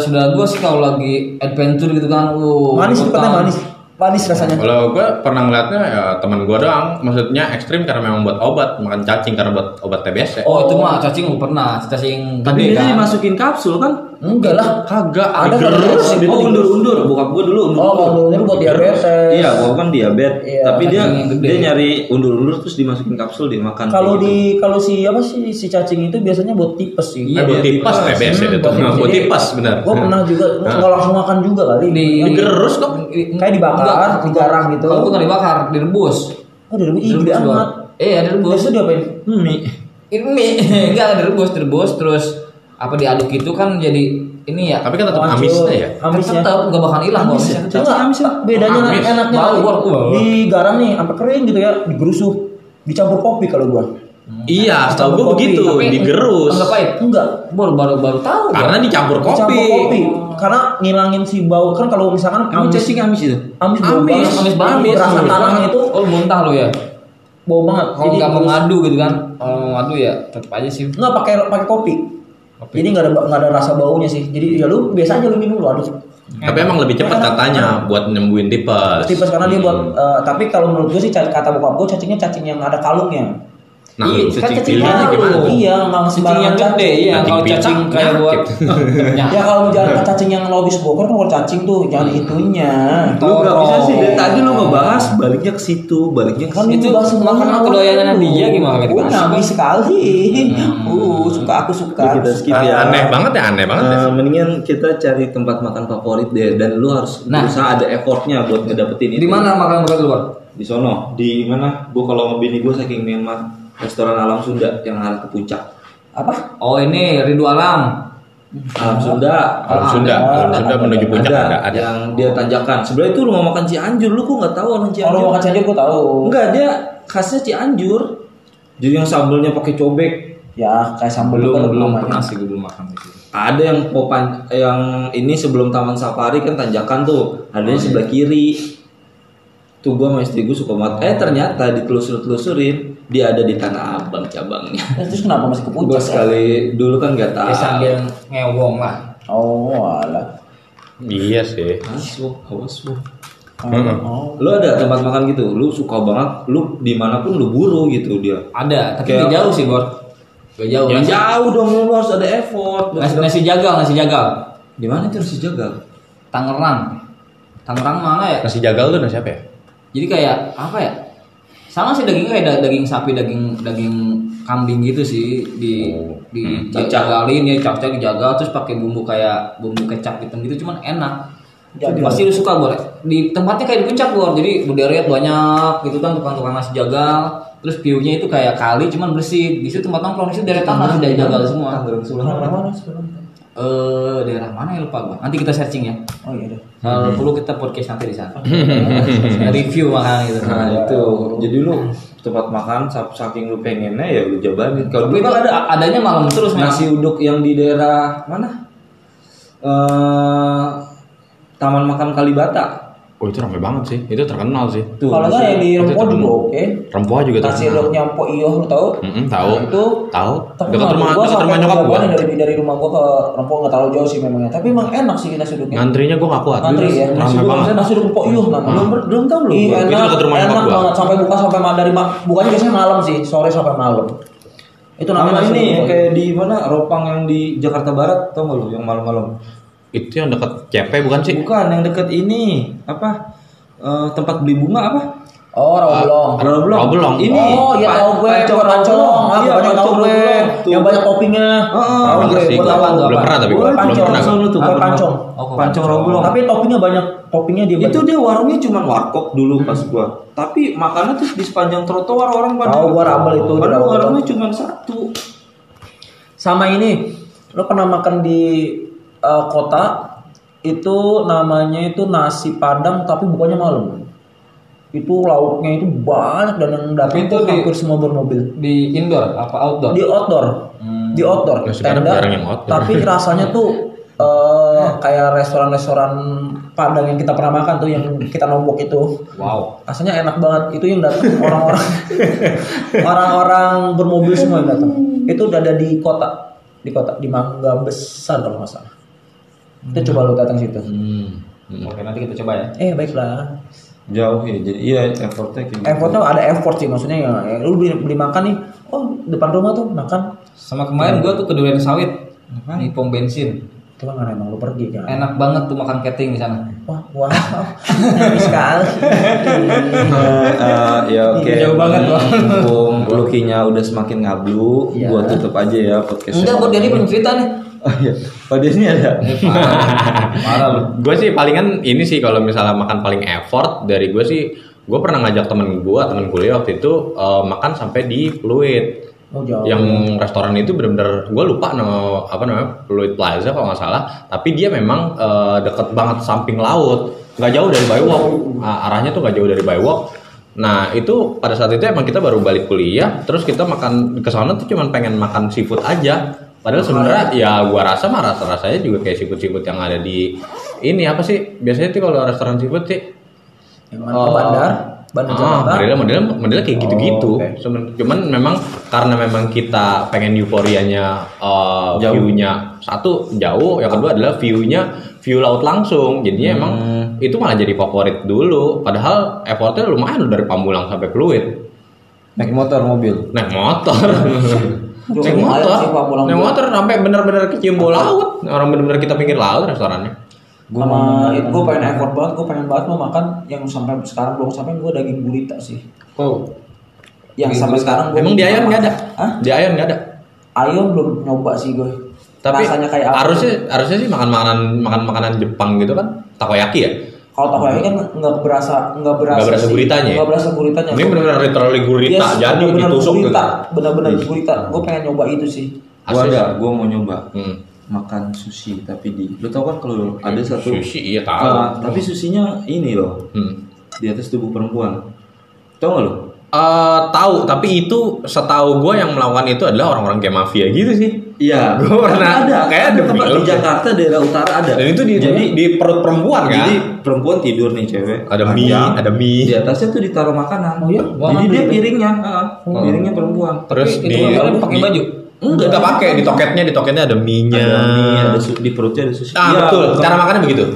C: sudah gue sih kalau lagi adventure gitu kan, uh,
D: Manis
C: gua
D: tuh katanya
C: tahu.
D: manis. Manis rasanya.
B: Kalau gue pernah ngeliatnya ya teman gue doang, maksudnya ekstrim karena memang buat obat, makan cacing karena buat obat TBC.
C: Oh, itu mah cacing gue pernah, cacing gede
E: Tapi ini
C: kan.
E: dimasukin kapsul kan?
D: Enggak lah.
B: Kagak,
D: Ada
B: digerus.
D: kan?
E: Oh undur-undur, bokap gue dulu undur.
D: Oh, kalau dulu buat diabetes.
E: Iya, gua kan
D: Eh,
E: diabetes.
D: Iya,
E: tapi dia
C: cacing yang gede.
E: dia nyari undur-undur terus dimasukin kapsul dia makan.
D: Kalau
E: Kayak gitu.
D: di kalau si apa sih si cacing itu biasanya buat tipes Hmm, sih.
B: Eh, buat tipes TBC itu.
D: Iya,
B: Nah, Buat tipes benar.
D: Gue pernah juga, nggak langsung makan juga kali.
C: Di-
B: Digerus kok.
D: Kayak dibakar. dibakar, digarang gitu.
C: Kalau bukan dibakar, direbus.
D: Oh, dari ih gede
C: Direbus,
D: amat.
C: Bang. Iya, direbus.
D: Terus itu diapain? Mie.
C: Ini enggak direbus, direbus terus apa diaduk itu kan jadi ini ya.
B: Tapi kan tetap
D: Wancur.
B: amisnya ya.
D: Amisnya.
C: Kan Tetap nggak bakal hilang
D: Amis
C: bosnya.
D: ya? Enggak, bedanya
B: Amis.
D: enaknya
C: Bau,
D: kali.
C: bau, bau.
D: digarang nih sampai kering gitu ya, digerusuh, dicampur kopi kalau gua.
B: Iya, setahu gue
D: Kopi.
B: begitu,
C: Tapi-
B: digerus.
C: Enggak pahit.
D: Enggak,
C: Baru baru baru tahu. gua.
B: Karena dicampur kopi.
D: dicampur kopi. Karena ngilangin si bau kan kalau misalkan
F: Kamu cacing amis itu?
D: amis bau
B: Amis,
D: banget.
C: amis banget.
D: Yang Berasa tanahnya itu
C: Oh, muntah lu ya.
D: bau banget.
C: Kalau nggak mau ngadu gitu kan. Kalau mau ngadu ya tetap aja sih.
D: Enggak pakai pakai kopi. Jadi nggak ada nggak ada rasa baunya sih. Jadi ya lu biasa aja lu minum lu aduh.
B: Tapi emang lebih cepat katanya buat nyembuhin Iya. tipes. Hmm.
D: Tipes karena dia buat eh, tapi kalau menurut gue sih ca- kata bokap gue cacingnya cacing yang ada kalungnya.
B: Nah, lu
C: Iya, kan
B: cacing
C: cacing
B: pilihnya
C: baru.
B: gimana?
D: Iya, nggak
C: Cacing
D: sembarangan
C: yang
D: cacing.
C: gede iya. ya.
B: Cacing
C: Kalau
B: picak,
C: cacing kayak buat
D: Ya kalau jangan cacing yang logis bokor kan kalau cacing tuh jangan
C: Hmm.
D: itunya.
F: Lu gak bisa sih dari tadi lu ngebahas
E: baliknya ke situ, baliknya ke
D: Oh. Kan
C: Itu
D: bahas semua
C: makanan
D: makanan
C: kedoyangan
D: lu.
C: dia gimana?
D: Gue nyami sekali. Uh, suka aku suka.
E: Kita skip
B: Ah,
E: ya.
B: Aneh banget ya, aneh banget. ya.
E: Eh, mendingan kita cari tempat makan favorit deh dan lu harus
C: Nah.
E: berusaha ada effortnya buat ngedapetin itu.
C: Di mana makan berat lu, Bang?
E: Di sono. Di mana? Gua kalau mau bini gua saking Myanmar restoran alam Sunda yang arah ke puncak.
D: Apa?
C: Oh, ini Ridho Alam.
E: Alam Sunda.
B: Kalau Sunda, kalau Sunda menuju puncak ada, ada.
E: yang dia tanjakan. Sebenarnya itu rumah makan Cianjur, lu kok nggak tahu orang Cianjur?
D: Kalau makan cacing gue tahu.
E: Enggak, dia khasnya Cianjur. Jadi yang sambelnya pakai cobek.
D: Ya kayak sambal
C: Belum
D: kan
C: belum
D: namanya.
C: pernah sih gue belum makan itu.
E: Ada yang popan yang ini sebelum Taman Safari kan tanjakan tuh, adanya sebelah kiri. Tuh gua sama istri gua suka banget. Eh ternyata ditelusur-telusurin dia ada di Tanah Abang cabangnya.
D: Eh, Terus kenapa masih ke
E: Gua
D: puncak? ya?
E: sekali dulu kan nggak tahu.
C: Ya sambil ngewong lah.
D: Oh, alah.
B: Iya sih.
E: Awas, awas, awas.
B: Heeh.
D: Oh.
E: Lu ada tempat makan gitu, lu suka banget, lu dimanapun lu buru gitu dia.
C: Ada, tapi
E: Kayak-
C: nggak jauh sih, Bor. Gak jauh.
E: Yang
C: Nasi-
E: jauh dong lu harus ada effort.
C: Nasi, nasi jagal, nasi jagal.
E: Di mana itu harus dijaga?
C: Tangerang. Tangerang mana ya?
B: Nasi jagal tuh nasi apa ya?
C: Jadi kayak apa ya? Sama sih dagingnya kayak da- daging sapi, daging daging kambing gitu sih di
B: Oh.
C: di
E: hmm,
C: dijagalin ya cacah dijagal terus pakai bumbu kayak bumbu kecap hitam gitu cuman enak
D: Jagal.
C: pasti lu suka gue di tempatnya kayak di puncak gue jadi berderet banyak gitu kan tukang-tukang nasi jagal terus view-nya itu kayak kali cuman bersih di situ tempat nongkrong di situ dari tanah sudah jagal semua
D: Mana sih?
C: eh daerah mana ya lupa gue nanti kita searching ya
D: Oh iya deh.
E: Hmm.
C: kalau perlu kita podcast nanti di sana review makanan gitu
E: Nah itu, jadi lu tempat makan sa- saking lu pengennya ya lu jabanin. Kalau
C: tapi
E: dulu
C: itu
E: kan Nah.
C: ada
E: ada
C: adanya malam terus memang.
E: nasi uduk yang di daerah mana? Eh Taman Makan Kalibata.
B: Oh itu ramai banget sih. Itu terkenal sih.
E: Tuh.
D: Kalau nggak yang di
B: Itu
D: Rempoh
B: terkenal.
D: juga oke.
B: Rempoa juga
D: Nasi
B: terkenal.
D: uduknya Mpok Iyo lu tahu?
B: Mm-mm, tahu.
D: Nah, Itu
B: Tahu. Dekat
D: terkenal.
B: rumah,
D: Gua
B: dekat
D: sampai
B: rumah nyokap gua.
D: jalan dari dari rumah gua ke Rempoh nggak terlalu jauh sih memangnya. Tapi emang enak sih nasi uduknya.
B: Ngantrinya gua nggak kuat.
D: Ngantri ya.
B: Ramai
D: uduk-
B: banget.
D: Nasi uduk Mpok Iyo namanya.
B: Belum
D: belum tahu lu. Iya,
B: Itu
D: enak.
B: dekat rumah nyokap
D: Enak
B: gua.
D: banget sampai buka sampai malam dari ma- bukanya biasanya malam sih, sore sampai malam. Itu
E: Sama
D: namanya nasi
E: ini
D: uduk
E: yang
D: Mpok Iyo.
E: kayak di mana Ropang yang di Jakarta Barat tau gak lu yang malam-malam?
B: Itu yang dekat CP bukan sih?
E: Bukan yang deket ini apa Eh, tempat beli bunga apa?
D: Oh,
B: Ah.
D: rawon
E: Roblong.
B: Roblong.
E: Ini.
D: Oh, iya
E: pa-
D: tahu gue,
E: pacong-
D: bukan
E: pacong.
D: pacong. Ah,
E: Iya,
D: banyak tahu
E: pacong
D: gue.
E: roblong. Tuh.
D: Yang banyak toppingnya. Tahu
E: Heeh.
B: Tahu
D: gue,
B: nggak sih
D: gue
B: gua?
D: tahu.
C: apa?
B: Belum pernah tapi gua
E: Boleh
B: belum
E: pancong
B: pernah.
E: langsung lu tuh,
D: Apa?
E: pancong.
C: Oh, kok
E: Pancong
C: pancong.
E: roblong.
D: Tapi toppingnya banyak, toppingnya dia
E: itu
D: banyak.
E: dia warungnya cuma warkop dulu pas gua tapi makannya tuh di sepanjang trotoar orang pada
D: Tahu gua rabel itu, di
E: padahal
D: rabel.
E: warungnya cuma satu
D: Sama ini, lo pernah makan di eh, kota itu namanya itu nasi padang tapi bukannya malam. Itu lauknya itu banyak dan yang datang
C: Itu
D: itu
C: di-
D: hampir semua bermobil.
C: di indoor apa outdoor
D: Di outdoor, di outdoor
B: Nasi padang Hmm. Ya, jarang yang outdoor.
D: Tapi rasanya tuh eh, kayak restoran-restoran padang yang kita pernah makan tuh yang kita nombok itu.
C: wow
D: Rasanya enak banget. Itu yang datang orang-orang orang-orang bermobil semua yang datang. Itu udah ada di kota, di kota di Mangga Besar kalau nggak salah. Itu coba lu datang situ.
B: Hmm.
C: oke nanti kita coba ya
D: Eh baiklah.
E: jauh ya jadi iya effortnya kayak gitu
D: Effortnya ada effort sih maksudnya ya, ya lu beli, beli makan nih. Oh depan rumah tuh makan.
C: sama kemarin gua tuh ke durian sawit di pom bensin
D: Cuma nggak emang lu pergi kan.
C: enak banget tuh makan catering di sana
D: Wah, wah, Enak sekali.
E: Eh, eh, ya oke
C: Jauh banget, Bang.
E: mumpung lukinya udah semakin ngablu gua tutup aja ya podcast
C: enggak buat jadi belum cerita nih
E: Oh iya, audiensnya ada.
C: Parah lu.
B: gue sih palingan ini sih kalau misalnya makan paling effort dari gue sih gue pernah ngajak temen gue temen kuliah waktu itu eh, makan sampai di Pluit
D: Oh, jauh.
B: yang restoran itu benar-benar gue lupa nama apa namanya Pluit Plaza kalau nggak salah tapi dia memang eh, deket banget samping laut nggak jauh dari Baywalk Ah, arahnya tuh nggak jauh dari Baywalk nah itu pada saat itu emang kita baru balik kuliah terus kita makan ke sana tuh cuman pengen makan seafood aja padahal sebenarnya ya gua rasa mah rasa rasanya juga kayak seafood seafood yang ada di ini apa sih biasanya tuh kalau restoran seafood sih
D: Yang mana? Oh, bandar, bandar
B: ah,
D: Jakarta.
B: Manila, Manila, Manila kayak gitu-gitu.
D: Oh, oke.
B: Cuman- Cuman memang karena memang kita pengen euforianya eh, view-nya satu jauh, yang kedua adalah view-nya view laut langsung. Jadinya emang itu malah jadi favorit dulu. Padahal effortnya lumayan loh dari Pamulang sampai Pluit.
E: Naik motor, mobil.
B: Naik motor.
D: Duh,
B: naik
D: lumayan
B: motor,
D: sih Pamulang
B: naik
D: juga.
B: motor sampai benar-benar kecium bau laut. Orang benar-benar kita pinggir laut restorannya.
D: Gua sama itu gue pengen effort banget, gue pengen banget mau makan yang sampai sekarang belum sampai gue daging gurita sih.
C: Oh.
D: Yang sampai sekarang gua
B: Emang di
D: belum
B: Ayan nggak ada?
D: Hah?
B: Di Ayan nggak ada.
D: Ayam belum nyoba sih gue.
B: Tapi
D: rasanya kayak apa?
B: harusnya harusnya sih makan makanan makan makanan Jepang gitu kan takoyaki ya.
D: Kalau takoyaki kan nggak berasa nggak berasa
B: Nggak berasa
D: sih.
B: guritanya ya?
D: Nggak berasa guritanya.
B: Ini benar-benar literally gurita
D: Yes,
B: jadi
D: Iya, bener-bener
B: ditusuk gitu.
D: gurita, bener-bener gurita. Gue pengen nyoba itu sih.
E: Gua
B: Asli.
E: ada, gua mau nyoba
B: Hmm.
E: makan sushi tapi di lu tau kan kalau ada satu
B: Sushi iya tahu.
E: Ah, tapi susinya ini loh
B: Hmm.
E: di atas tubuh perempuan tau gak lo
B: Eh, tahu tapi itu setahu gue yang melakukan itu adalah orang-orang kayak mafia gitu sih.
E: iya
B: Gua pernah-
E: ada
B: kayak ada
E: tempat
B: film.
E: di Jakarta daerah utara ada
B: Dan itu di
E: jadi
B: di perut perempuan kan.
E: jadi Iya. perempuan tidur nih cewek
B: ada mie,
E: panjang.
B: ada
E: di
B: mie.
E: atasnya tuh ditaruh makanan
D: iya? Wah,
E: jadi dia
D: iya.
E: piringnya ah, piringnya perempuan
B: Terus
C: Tapi
B: di
C: itu orang pakai
B: di-
C: baju?
B: Enggak, kita pakai di toketnya, di toketnya ada minyak.
E: ada mie ada su- di perutnya ada sushi
B: Ah
E: Iya,
B: betul.
E: bukan.
B: Cara makannya begitu.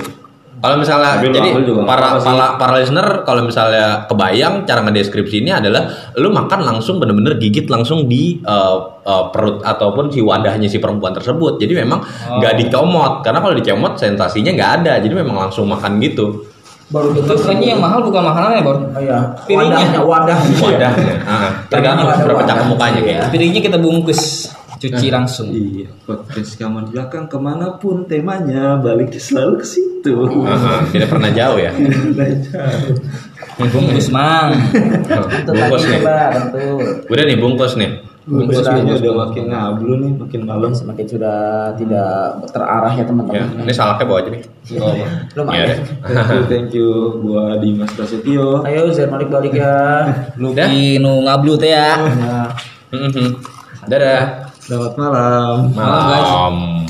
B: Kalau misalnya
E: Tapi lu
B: jadi
E: ambil juga nggak
B: para
E: apa-apa sih.
B: para para listener kalau misalnya kebayang cara ngedeskripsi ini adalah lu makan langsung bener-bener gigit langsung di eh, eh, perut ataupun si wadahnya si perempuan tersebut. Jadi memang
E: Oh.
B: nggak dicomot karena kalau dicomot sensasinya nggak ada. Jadi memang langsung makan gitu
D: Baru gitu.
C: Terus lagi yang mahal bukan makanannya, Bor.
D: Iya. Wadahnya,
C: Piringnya.
E: Iya.
D: wadahnya.
B: wadahnya. Ah, tergantung
D: Ada
B: berapa
D: wadah.
B: cakep mukanya kayak. gitu.
C: Piringnya kita bungkus, cuci langsung.
E: Iya, podcast kamar belakang kemanapun temanya balik selalu ke situ.
B: Ah,
E: Nah,
B: tidak pernah jauh ya.
C: Bungkus, Mang.
D: Itu
B: Bungkus ya.
D: tadi
B: nih.
D: Bar, betul.
B: Udah nih bungkus nih.
E: Bungkus kayaknya udah makin ngablu nih, makin malam.
D: Semakin sudah tidak terarah ya
E: Iya.
B: Ya,
D: teman-teman.
B: ini salaknya bawa aja nih.
D: Lumayan.
B: Ya udah.
E: Thank you, thank you, gua Dimas Prasetyo.
D: Ayo Zain balik balik ya.
B: Dah.
C: Lupi nu ngablu teh ya.
D: Ya.
B: Mhm. Dadah. 啊
E: Selamat malam.
B: Malam.